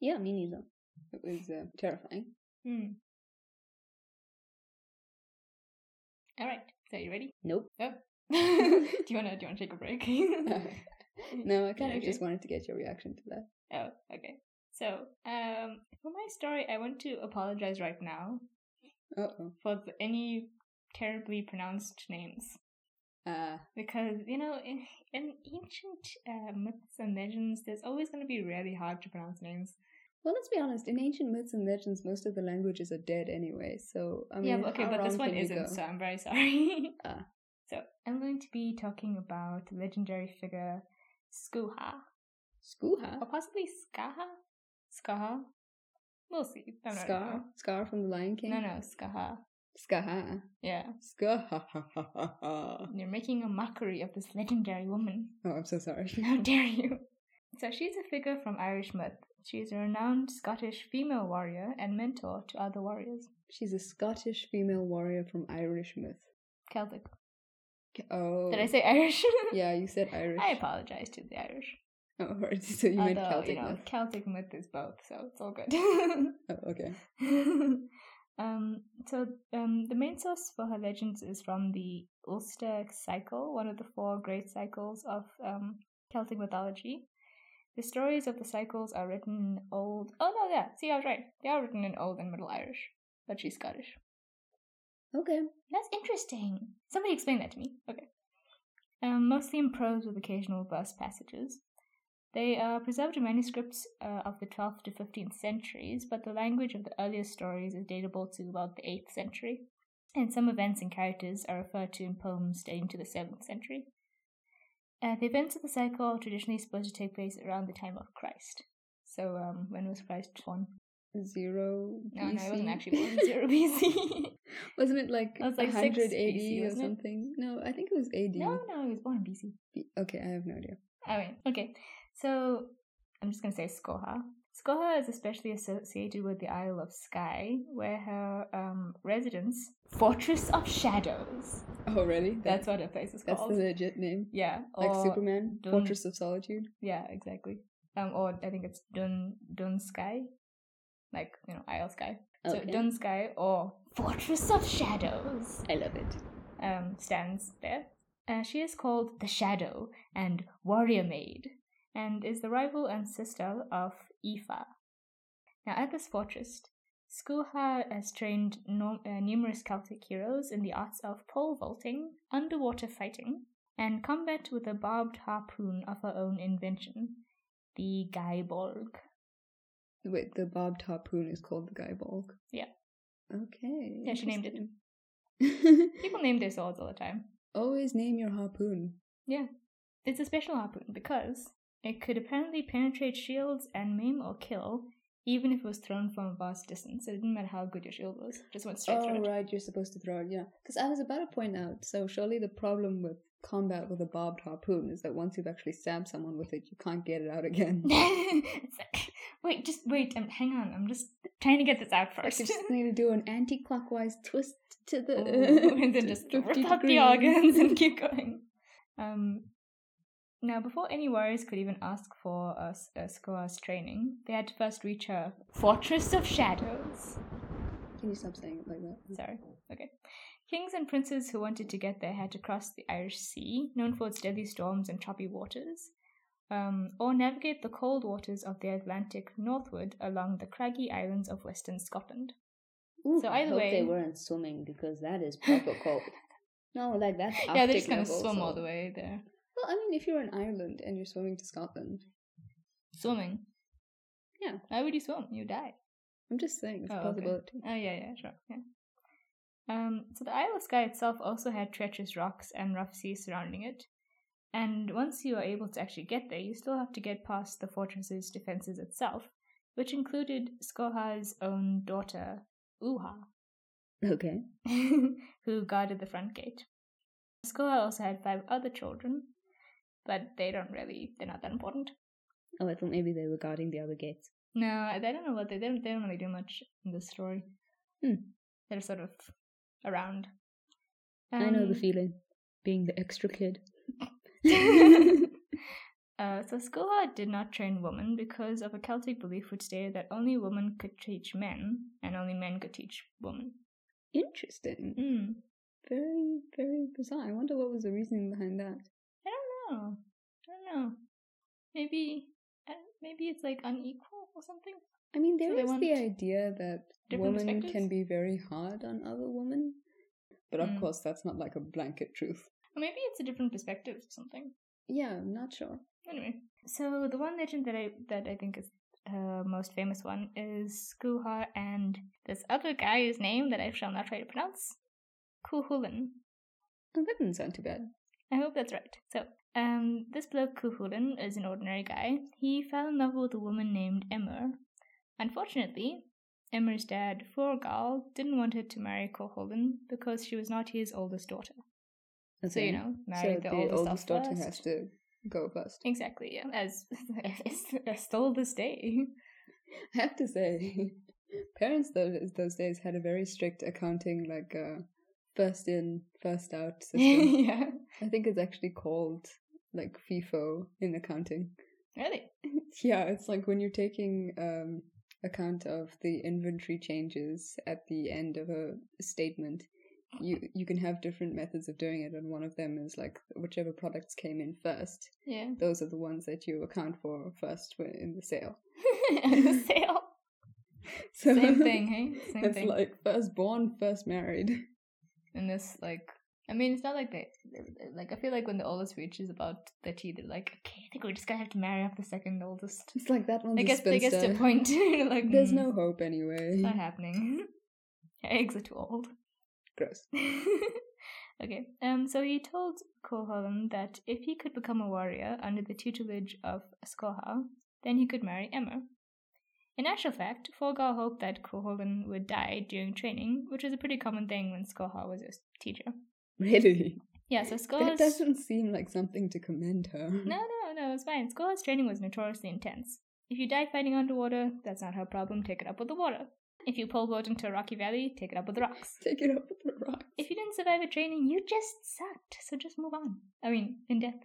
Yeah, me neither. It was uh, terrifying.
Hmm. Alright, so you ready?
Nope.
do you wanna do you wanna take a break?
no, I kind
Yeah,
of just
okay.
wanted to get your reaction to that.
Oh, okay. So, um for my story I want to apologize right now
Uh oh.
for th- any terribly pronounced names.
Ah,
Because, you know, in, in ancient uh, myths and legends, there's always going to be really hard to pronounce names.
Well, let's be honest. In ancient myths and legends, most of the languages are dead anyway. So I mean,
yeah, but okay,
how
but this
wrong
one
can you
isn't,
go?
so I'm very sorry.
Ah.
So, I'm going to be talking about the legendary figure Skuha, or
Skuha,
possibly Skaha? Skaha? We'll see. I'm not
Scar, Scar from the Lion King.
No, no, Skaha.
Skaha,
Yeah.
Skaha.
You're making a mockery of this legendary woman.
Oh, I'm so sorry.
How dare you? So she's a figure from Irish myth. She is a renowned Scottish female warrior and mentor to other warriors.
She's a Scottish female warrior from Irish myth.
Celtic.
Oh,
Did I say Irish?
yeah, you said Oh. Irish.
I apologize to the Irish.
Oh, alright. So you meant
Although,
Celtic
you know,
myth.
Celtic myth is both, so it's all good.
Oh, okay.
um, so um, the main source for her legends is from the Ulster Cycle, one of the four great cycles of um, Celtic mythology. The stories of the cycles are written in old. Oh no, yeah, see, I was right. They are written in old and Middle Irish, but she's Scottish.
Okay.
That's interesting. Somebody explain that to me. Okay. Um, mostly in prose with occasional verse passages. They are preserved in manuscripts uh, of the 12th to 15th centuries, but the language of the earliest stories is datable to about the 8th century, and some events and characters are referred to in poems dating to the 7th century. Uh, the events of the cycle are traditionally supposed to take place around the time of Christ. So, um, when was Christ born?
Zero.
No, no, he wasn't
BC.
actually born in 0 BC.
Wasn't it like,
It was like 6
100 AD
BC,
or
wasn't it?
something? No, I think it was AD.
no, no, he was born in BC.
B- Okay, I have no idea.
All right. Okay. So I'm just going to say Skoha. Skoha is especially associated with the Isle of Skye, where her um, residence, Fortress of Shadows,
Already?
that's what her place is
Oh, that's
called. Oh,
the legit name.
yeah.
Like
or-
Superman,
Dun-
Fortress of Solitude.
Yeah, exactly. Um, or I think it's Dun Dun Sky, like you know Isle Sky. So
Okay.
Dun Sky or Fortress of Shadows.
I love it.
um, stands there. Uh, she is called the Shadow and Warrior Maid, and is the rival and sister of Aoife. Now, at this fortress, Skuha has trained no- uh, numerous Celtic heroes in the arts of pole vaulting, underwater fighting, and combat with a barbed harpoon of her own invention, the Gaiborg.
Wait, the barbed harpoon is called the Guy Bulk.
Yeah.
Okay.
Yeah, she named it.
interesting.
People name their swords all the time.
Always name your harpoon.
Yeah. It's a special harpoon because it could apparently penetrate shields and maim or kill, even if it was thrown from a vast distance. It didn't matter how good your shield was, it just went straight
Oh,
through it.
right, you're supposed to throw it, yeah. Because I was about to point out, so surely the problem with combat with a barbed harpoon is that once you've actually stabbed someone with it, you can't get it out again.
It's like, wait, just wait, um, hang on. I'm just trying to get this out
Like,
first.
you just need to do an anti-clockwise twist to the
Ooh, Oh, and then
to
just
50
rip out the
uh, degrees.
organs and keep going. Um, now, before any warriors could even ask for a, s- a Skoa's training, they had to first reach her Fortress of Shadows.
Can you stop saying it like that?
Sorry. Okay. Kings and princes who wanted to get there had to cross the Irish Sea, known for its deadly storms and choppy waters, um, or navigate the cold waters of the Atlantic northward along the craggy islands of western Scotland.
Ooh,
So
I
either
hope
way-
they weren't swimming because that is proper cold. no, like that's Arctic
yeah, they're just gonna
level,
swim
so-
all the way there.
Well, I mean, if you're in Ireland and you're swimming to Scotland,
Swimming.
Yeah.
Why would you swim? You die.
I'm just saying it's
Oh,
a
okay.
possibility.
Oh yeah, yeah, sure, yeah. Um, so the Isle of Skye itself also had treacherous rocks and rough seas surrounding it. And once you are able to actually get there, you still have to get past the fortress's defenses itself, which included Skoha's own daughter, Uha,
Okay.
who guarded the front gate. Skoha also had five other children, but they don't really, they're not that important.
Oh, I thought maybe they were guarding the other gates.
No, I I don't know what they, they don't. They don't really do much in this story.
Hmm.
They're sort of around.
I know the
Um,
feeling, being the extra kid.
uh, so Skola did not train women because of a Celtic belief which stated that only women could teach men and only men could teach women.
Interesting.
Hmm.
Mm,
Very, very bizarre. I wonder what was the reasoning behind that.
I don't know. I don't know. Maybe, uh, maybe it's like unequal or something.
I mean,
So
there
they
is
want
the idea that
different
women
perspectives?
can be very hard on other women, but of
Mm.
course, that's not like a blanket truth.
Or maybe it's a different perspective or something.
Yeah, I'm not sure.
Anyway, so the one legend that I that I think is her most famous one is Skuha and this other guy whose name that I shall not try to pronounce, Kuhulan.
Oh, that doesn't sound too bad.
I hope that's right. So, um, this bloke Kuhulan is an ordinary guy. He fell in love with a woman named Emmer. Unfortunately, Emmer's dad Forgal didn't want her to marry Kuhulan because she was not his oldest daughter. So you
Okay.
know,
So
marry the, oldest, off
daughter
first.
has to go first.
Exactly, yeah. As as, as still this day.
I have to say, parents those those days had a very strict accounting, like uh, first in, first out system.
yeah.
I think it's actually called like FIFO in accounting.
Really?
Yeah, it's like when you're taking um, account of the inventory changes at the end of a statement, you you can have different methods of doing it, and one of them is like whichever products came in first,
Yeah.
those are the ones that you account for first when- in the sale.
the sale.
So
Same thing, hey? Same
it's
thing.
like first born, first married.
and this like I mean it's not like they like I feel like when the oldest reaches about thirty they're like okay I think we're just gonna have to marry off the second oldest.
It's like that one's
I
a
guess they
spinster.
gets to a point you're like
There's
"Mm,
no hope anyway.
it's not happening. Eggs are too old.
Gross.
okay. Um. So he told Koholm that if he could become a warrior under the tutelage of Skoha, then he could marry Emma. In actual fact, Folgar hoped that Koholm would die during training, which was a pretty common thing when Skoha was his teacher.
Really?
Yeah, so
That
Skoha's...
doesn't seem like something to commend her.
No, no, no, it's fine. Skoha's training was notoriously intense. If you die fighting underwater, that's not her problem, take it up with the water. If you pole boat into a rocky valley, take it up with the rocks.
Take it up with the rock.
If you didn't survive a training, you just sucked. So just move on. I mean, in depth.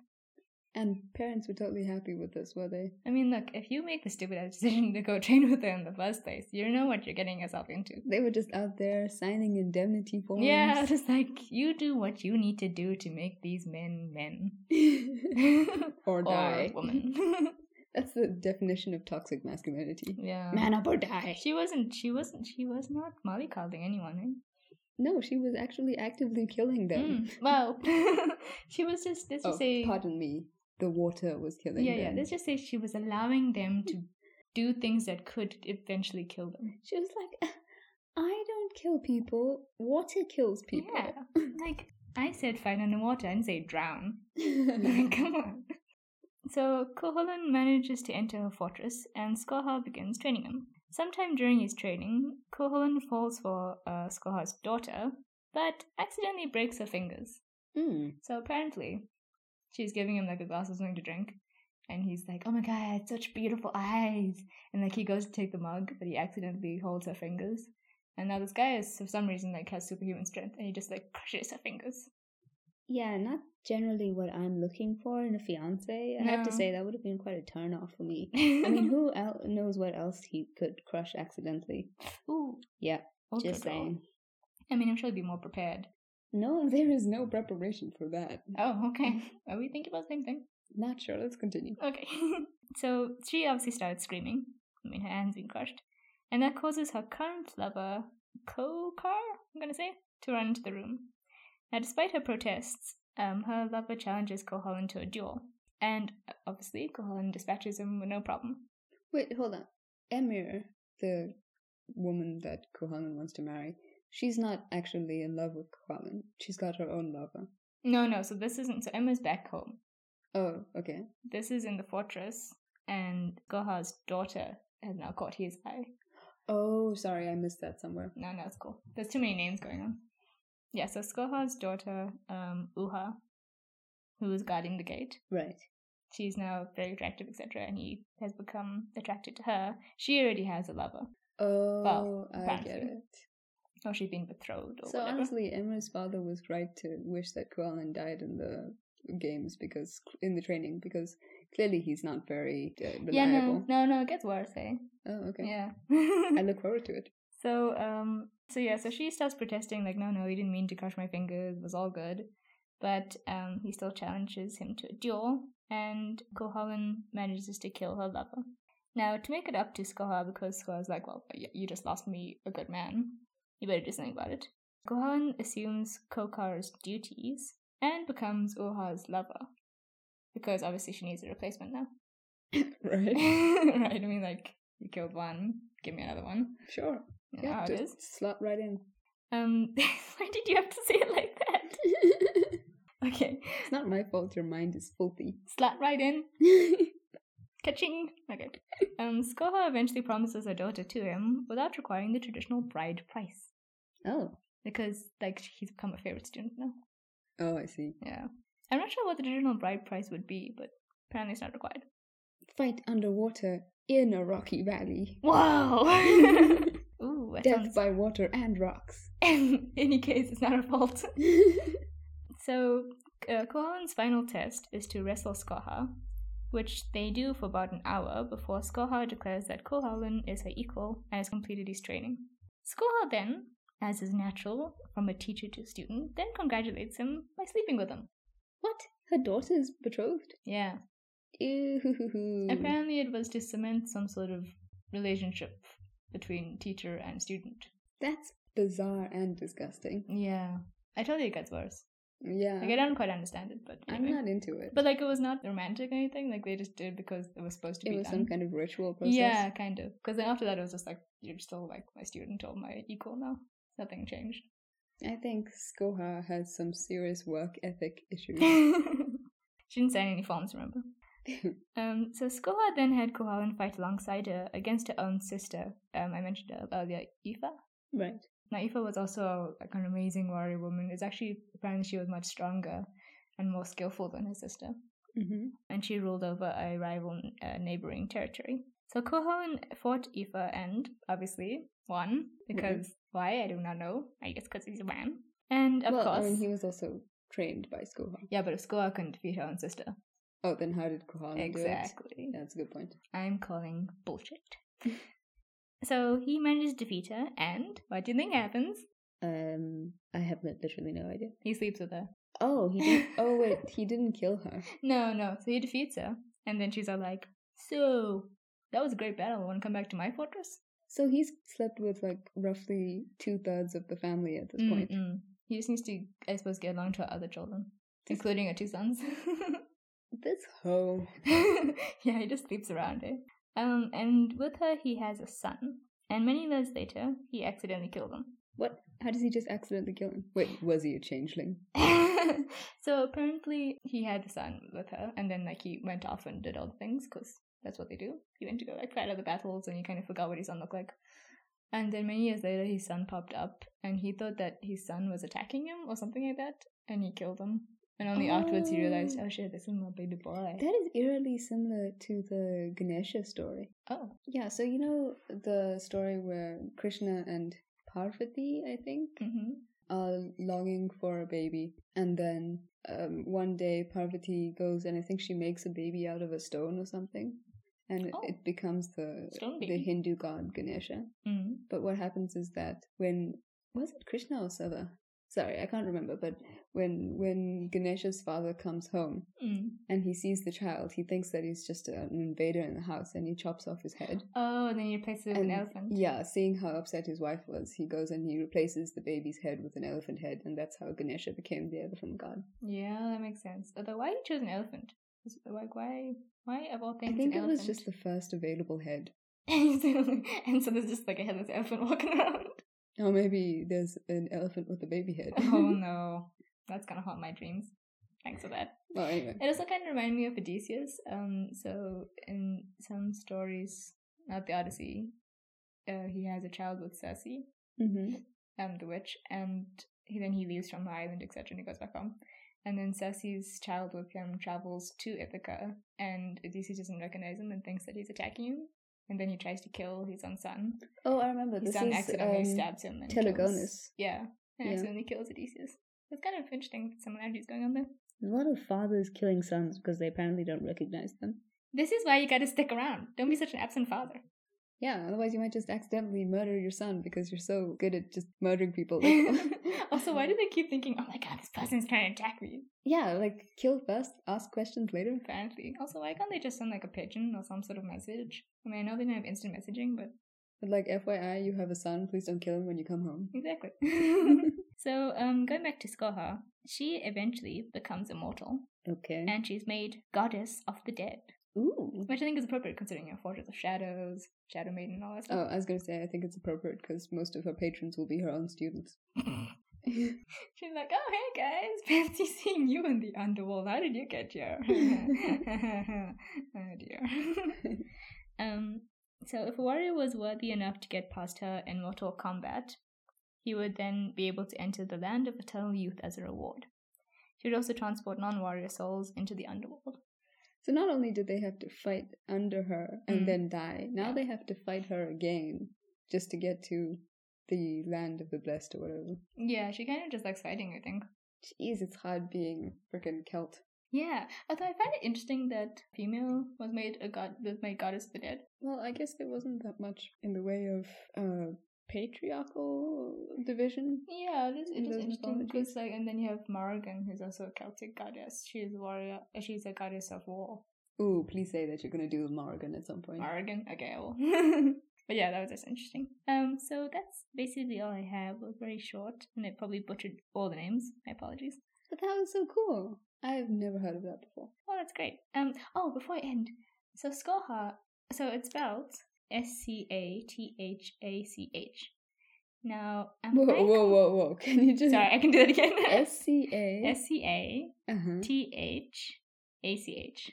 And parents were totally happy with this, were they?
I mean, look, if you make the stupid ass decision to go train with her in the first place, you know what you're getting yourself into.
They were just out there signing indemnity forms.
Yeah, just like you do what you need to do to make these men men
or die.
woman.
That's the definition of toxic masculinity.
yeah,
Man up or die.
she wasn't. She wasn't. She was not mollycoddling anyone. Eh?
No, she was actually actively killing them.
Mm, well, she was just let's
Oh,
just say
pardon me. The water was killing
yeah yeah
them.
let's just say she was allowing them to do things that could eventually kill them.
She was like, "Uh, I don't kill people. Water kills people.
Yeah, like I said, fight underwater and say drown.
Yeah.
Like, Come on. So Koholan manages to enter her fortress, and Skoha begins training him. Sometime during his training, Koholan falls for uh, Skoha's daughter, but accidentally breaks her fingers.
hmm.
So apparently, she's giving him like a glass of something to drink, and he's like, "Oh my god, such beautiful eyes!" And like he goes to take the mug, but he accidentally holds her fingers, and now this guy is for some reason like has superhuman strength, and he just like crushes her fingers.
Yeah, not generally what I'm looking for in a fiance. I have to
No.
say that would have been quite a turn off for me. I mean, who el- knows what else he could crush accidentally?
ooh,
Yeah,
old
just
girl.
saying.
I mean, I'm sure he'd be more prepared.
No,
There is no preparation for that.
Oh, okay. Are we thinking about the same thing?
Not sure. Let's continue.
Okay. so she obviously started screaming. I mean, her hand's been crushed. And that causes her current lover, Kokar, I'm going to say, to run into the room. Now, despite her protests, um, her lover challenges Koholland to a duel. And uh, obviously, Koholland dispatches him with no problem.
Wait, hold on. Emir, the woman that Kohalan wants to marry, she's not actually in love with Kohalan. She's got her own lover.
No, no, so this isn't. So Emma's back home.
Oh, okay.
This is in the fortress, and Gohar's daughter has now caught his eye.
Oh, sorry, I missed that somewhere.
No, no, it's cool. There's too many names going on. Yeah, so Skoha's daughter, um, Uha, who is guarding the gate,
right.
she's now very attractive, etc., and he has become attracted to her. She already has a lover,
Oh, I
apparently.
get it.
or she's been betrothed, or
So
whatever.
honestly, Emra's father was right to wish that Kualan died in the games because in the training because clearly he's not very uh,
yeah, no,
reliable.
no, no, it gets worse, eh?
Oh, okay.
Yeah.
I look forward to it.
So, um, so yeah, so she starts protesting, like, no, no, he didn't mean to crush my fingers, it was all good. But um, he still challenges him to a duel, and Kohalan manages to kill her lover. Now, to make it up to Skoha, because Skoha's like, well, y- you just lost me a good man, you better do something about it. Kohalan assumes Kokar's duties and becomes Uha's lover, because obviously she needs a replacement now.
Right?
right? I mean, like, you killed one, give me another one.
sure.
You know
Yeah,
how it is.
just slot right in.
Um, why did you have to say it like that?
it's
Okay,
not my fault. Your mind is filthy.
slap right in, catching. Okay. Um, Skoha eventually promises her daughter to him without requiring the traditional bride price
Oh,
because, like, he's become a favorite student now.
oh, I see.
Yeah, I'm not sure what the traditional bride price would be, but apparently it's not required.
Fight underwater in a rocky valley.
Whoa. Ooh, that
Death
sounds.
by water and rocks.
In any case, it's not her fault. So, uh, Kohalan's final test is to wrestle Skoha, which they do for about an hour before Skohar declares that Kulhalen is her equal and has completed his training. Skohar then, as is natural from a teacher to student, then congratulates him by sleeping with him.
What? Her daughter is betrothed?
Yeah.
Mm-hmm.
Ew.
Apparently, it was to cement some sort of relationship between teacher and student.
That's
Bizarre and disgusting.
Yeah. I totally it gets worse.
Yeah.
Like, I don't quite understand it, but.
I'm
anyway.
not into it.
But, like, it was not romantic or anything. Like, they just did because it was supposed to
it
be
was
done.
some kind of ritual process.
Yeah, kind of. Because then after that, it was just like, you're still like my student or my equal now. Nothing changed.
I think Skoha has some serious work ethic issues.
she didn't sign any forms, remember? um, so Skoha then had Kohalan fight alongside her against her own sister. Um, I mentioned her earlier, Aoife.
right.
Now, Aoife was also like an amazing warrior woman. It's actually apparently she was much stronger and more skillful than her sister.
hmm
and she ruled over a rival uh, neighboring territory. So Kohan fought Aoife and obviously won because why I do not know. I guess because he's a man. And of
well,
course,
I mean, he was also trained by Skoha.
yeah, but if Skoa couldn't defeat her own sister,
Oh, then how did Kohan do
exactly.
it? Yeah, that's a good point.
I'm calling bullshit. so he manages to defeat her, and what do you think happens?
Um, I have li- literally no idea.
He sleeps with her.
Oh, he did.
Oh, wait, he didn't kill her.
No, no. So he defeats her, and then she's all like, "So that was a great battle. Want to come back to my fortress?"
So he's slept with like roughly two thirds of the family at this point.
Mm-mm. Mm, He just needs to, I suppose, get along to our other children, including her two sons.
This hoe.
yeah, he just sleeps around her. Um, and with her, he has a son. And many years later, he accidentally killed him.
What? How does he just accidentally kill him? Wait, was he a changeling?
so apparently, he had a son with her, and then like he went off and did all the things because that's what they do. He went to go like fight other battles, and he kind of forgot what his son looked like. And then many years later, his son popped up, and he thought that his son was attacking him or something like that, and he killed him. And only afterwards he realized,
Oh.
oh shit, this is my baby boy.
That is eerily similar to the Ganesha story.
oh,
Yeah, so you know the story where Krishna and Parvati, I think,
mm-hmm.
are longing for a baby, and then um, one day Parvati goes and I think she makes a baby out of a stone or something, and it,
Oh.
it becomes the
Stone
the
baby.
Hindu god Ganesha.
Mm-hmm.
But what happens is that when was it Krishna or Sava? Sorry, I can't remember. But when when Ganesha's father comes home
Mm.
and he sees the child, he thinks that he's just an invader in the house, and he chops off his head.
Oh, and then you replace it with an
And
elephant.
yeah, seeing how upset his wife was, he goes and he replaces the baby's head with an elephant head, and that's how Ganesha became the elephant god.
Yeah, that makes sense. Although, why you chose an elephant? It's Like, why, why of all things,
I think
an
it was
elephant?
just the first available head,
and, so, and so there's just like a headless elephant walking around.
or maybe there's an elephant with a baby head.
oh no, that's gonna haunt my dreams. Thanks for that.
well, anyway,
It also kind of reminded me of Odysseus. Um, so in some stories, not the Odyssey, uh, he has a child with Circe,
hmm
um, the witch, and he, then he leaves from the island, etc., and he goes back home. And then Circe's child with him travels to Ithaca, and Odysseus doesn't recognize him and thinks that he's attacking him. And then he tries to kill his own son.
oh, I remember
His
this
son
is
accidentally
um,
stabs him and kills
Telegonus.
yeah, and
Yeah.
accidentally kills Odysseus. It's kind of interesting that similarities going on there.
There's a lot of fathers killing sons because they apparently don't recognize them.
This is why you gotta stick around. Don't be such an absent father.
Yeah, otherwise you might just accidentally murder your son because you're so good at just murdering people.
also, why do they keep thinking, oh my god, this person's trying to attack me?
yeah, like kill first, ask questions later.
Apparently. Also, why can't they just send like a pigeon or some sort of message? I mean, I know they don't have instant messaging, but
But like FYI, you have a son. Please don't kill him when you come home.
exactly. so, um, going back to Skoha, she eventually becomes immortal
Okay.
and she's made goddess of the dead,
Ooh.
which I think is appropriate considering her Fortress of Shadows, Shadow Maiden, and all that
Oh,
stuff.
I was gonna say I think it's appropriate because most of her patrons will be her own students.
She's like, oh, hey guys, fancy seeing you in the underworld. How did you get here? oh dear. um, so, if a warrior was worthy enough to get past her in mortal combat, he would then be able to enter the land of eternal youth as a reward. She would also transport non warrior souls into the underworld.
So not only did they have to fight under her and
Mm.
then die, now
Yeah.
they have to fight her again just to get to the land of the blessed or whatever.
Yeah, she kind of just likes fighting, I think.
Jeez, it's hard being freaking Celt.
Yeah. Although I find it interesting that female was made a god was made goddess of the dead.
Well, I guess there wasn't that much in the way of uh, patriarchal division.
Yeah, it is, it
In
is
those
interesting
mythologies.
because like, and then you have Morrigan, who's also a Celtic goddess. She's a warrior. uh, She's a goddess of war.
Ooh, please say that you're gonna do Morrigan at some point.
Morrigan, okay, I will. but yeah, that was just interesting. Um, so that's basically all I have. It was very short, and I probably butchered all the names. My apologies.
But that was so cool.
I've never heard of that before.
Oh, that's great. Um, oh, before I end, so Skolha, so it's spelled S C A T H A C H. Now, am
Whoa,
I
whoa,
com-
whoa, whoa! Can you just
Sorry, I can do that again.
S C A? Uh-huh.
S C A
Uh huh.
T H A C H.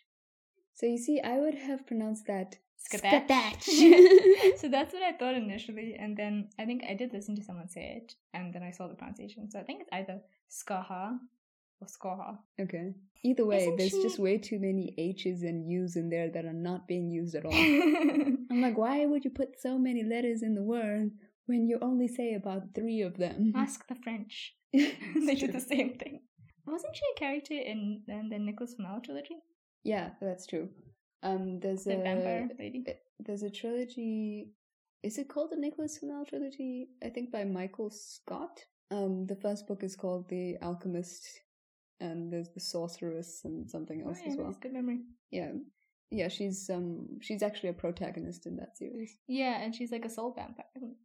So you see, I would have pronounced that
Skatach.
Skatach.
so that's what I thought initially, and then I think I did listen to someone say it, and then I saw the pronunciation. So I think it's either Skaha or Skoha.
Okay.
Either way,
Isn't
there's
she-
just way too many H's and U's in there that are not being used at all.
ah,
I'm like, why would you put so many letters in the word when you only say about three of them?
Ask the French. they did the same thing. Wasn't she a character in, in the Nicholas Flamel trilogy?
yeah, that's true. Um, there's
The
a
vampire lady?
there's a trilogy. Is it called the Nicholas Flamel trilogy? I think by Michael Scott. Um, the first book is called The Alchemist, and there's the Sorceress and something
Oh,
else
yeah,
as well.
that's good memory.
Yeah, yeah. She's um she's actually a protagonist in that series.
Yeah, and she's like a soul vampire. isn't it?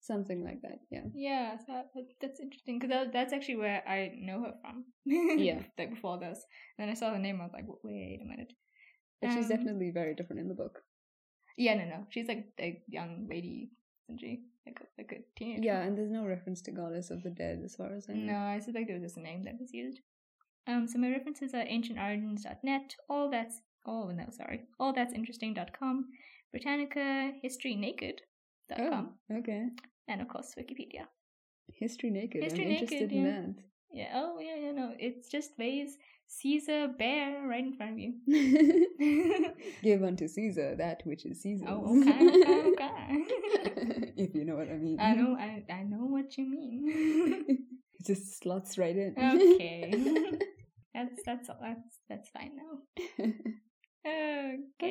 Something like that. Yeah.
Yeah, so that, that- that's interesting because that, that's actually where I know her from.
Yeah.
like before this. And then I saw the name, I was like, wait a minute.
But she's
Um,
definitely very different in the book.
Yeah, no, no. She's like a young lady, isn't she? Like a, like a teenager.
Yeah, and there's no reference to Goddess of the Dead as far as I know.
No, I suspect it was just a name that was used. Um, so my references are ancientorigins.net, all that's oh no, sorry, all that's interesting.com, Britannica, historynaked.com, com,
Oh, okay.
and of course Wikipedia.
History Naked.
History
I'm
Naked,
interested in
yeah.
that.
Yeah, oh yeah, yeah, no, it's just ways Caesar bear right in front of you.
Give unto Caesar that which is Caesar's.
oh, okay, okay, okay.
if you know what I mean.
I know, I, I know what you mean.
It just slots right in.
Okay. that's that's all. That's that's fine now.
But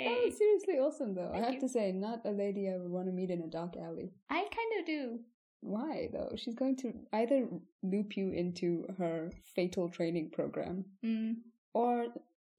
that
Okay.
was seriously awesome, though.
Thank
I have
you.
to say, not a lady I would want to meet in a dark alley.
I kind of do.
Why, though? She's going to either loop you into her fatal training program,
Mm.
or,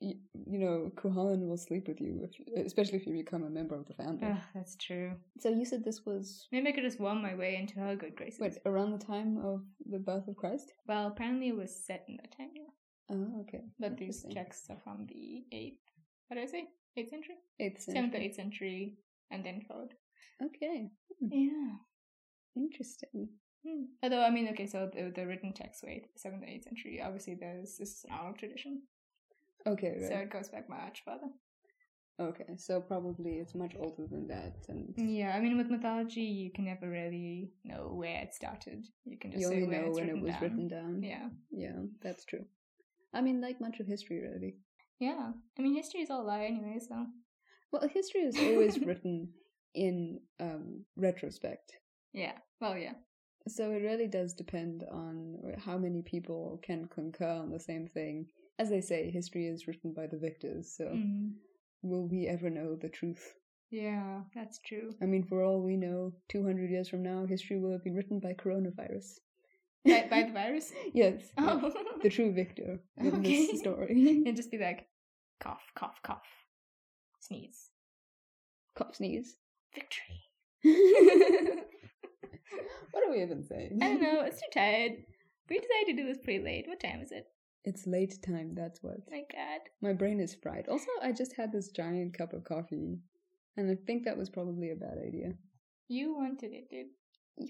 you, you know, Kuhalan will sleep with you, if, especially if you become a member of the family.
Ugh, that's true.
So you said this was
Maybe I could just worm my way into her good graces.
Wait, around the time of the birth of Christ?
Well, apparently it was set in that time, yeah.
Oh, okay.
But these
Interesting.
texts are from the eighth. What did I say? Eighth century,
Eighth
seventh or
century.
eighth century, and then forward.
Okay,
Yeah.
interesting.
Hmm. Although I mean, okay, so the, the written texts were eighth- seventh or eighth century. Obviously, there's this is an oral tradition,
Okay,
so
right.
it goes back much further.
okay, so probably it's much older than that, and
Yeah, I mean, with mythology, you can never really know where it started. You can just
you
say
only
where
know
it's
when
written
it was
down.
written down.
Yeah,
Yeah, that's true. I mean, like much of history, really.
yeah. I mean, history is all lie anyway, so
Well, history is always written in um, retrospect.
yeah. Well, yeah,
So it really does depend on how many people can concur on the same thing. As they say, history is written by the victors, so
mm.
will we ever know the truth?
yeah. That's true.
I mean, for all we know, 200 years from now, history will have been written by coronavirus.
by, by the virus.
Yes.
Oh,
The true victor in
Okay.
this story.
and just be like, cough, cough, cough, sneeze,
Cop sneeze.
victory.
What are we even saying?
I don't know. It's too tired. We decided to do this pretty late. What time is it?
It's late time, that's what.
My God.
My brain is fried. Also, I just had this giant cup of coffee, and I think that was probably a bad idea.
You wanted it, dude.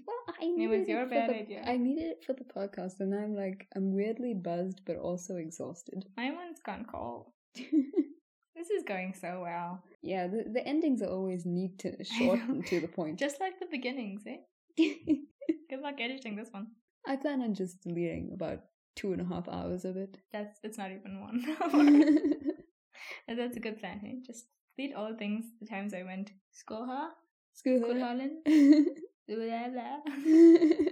Well, I
was
needed
your
for
bad
the-
idea.
I needed it for the podcast, and I'm like, I'm weirdly buzzed, but also exhausted.
My one's gone cold. This is going so well.
yeah, the, the endings are always neat to short and to the point.
Just like the beginnings, eh? Good luck editing this one.
I plan on just deleting about two and a half hours of it.
That's it's not even one. And That's a good plan, hey? Just read all the things the times I went. Skoha,
Screw
Kulholland,
that.
blah blah blah.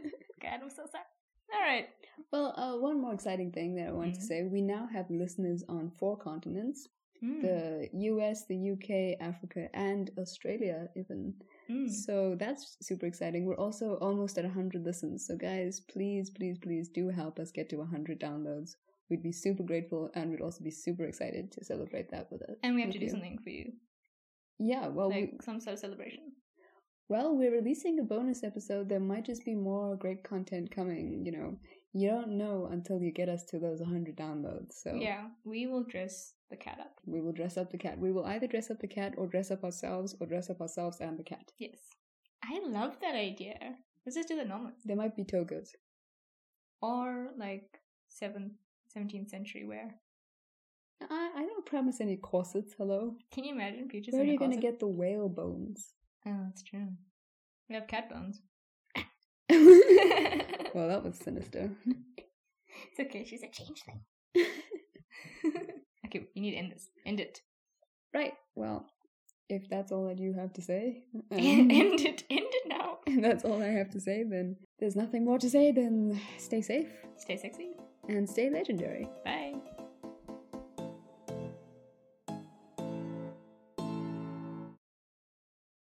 God, I'm so sorry. All right.
Well, uh, one more exciting thing that I want to
Mhm.
say we now have listeners on four continents
Mm,
the US, the UK, Africa, and Australia, even.
mm.
So that's super exciting. We're also almost at 100 listens. So, guys, please, please, please do help us get to 100 downloads. We'd be super grateful and we'd also be super excited to celebrate that with us.
And we have
with
to do
you.
something for you,
Yeah, well, we,
like some sort of celebration.
Well, we're releasing a bonus episode. There might just be more great content coming, you know. You don't know until you get us to those 100 downloads. So
Yeah, we will dress the cat up.
we will dress up the cat. We will either dress up the cat or dress up ourselves or dress up ourselves and the cat.
Yes, I love that idea. Let's just do that normally,
There might be togas.
or like seventh, seventeenth century wear.
I, I don't promise any corsets, hello.
Can you imagine futures?
Where are
in a
you going to
closet?
get the whale bones?
Oh, that's true. We have cat bones.
well, that was sinister.
It's okay. She's a changeling. okay, we need to end this. End it.
Right. Well, if that's all that you have to say, um,
end it. End it now.
if that's all I have to say, then there's nothing more to say. Then stay safe.
Stay sexy.
and stay legendary.
Bye.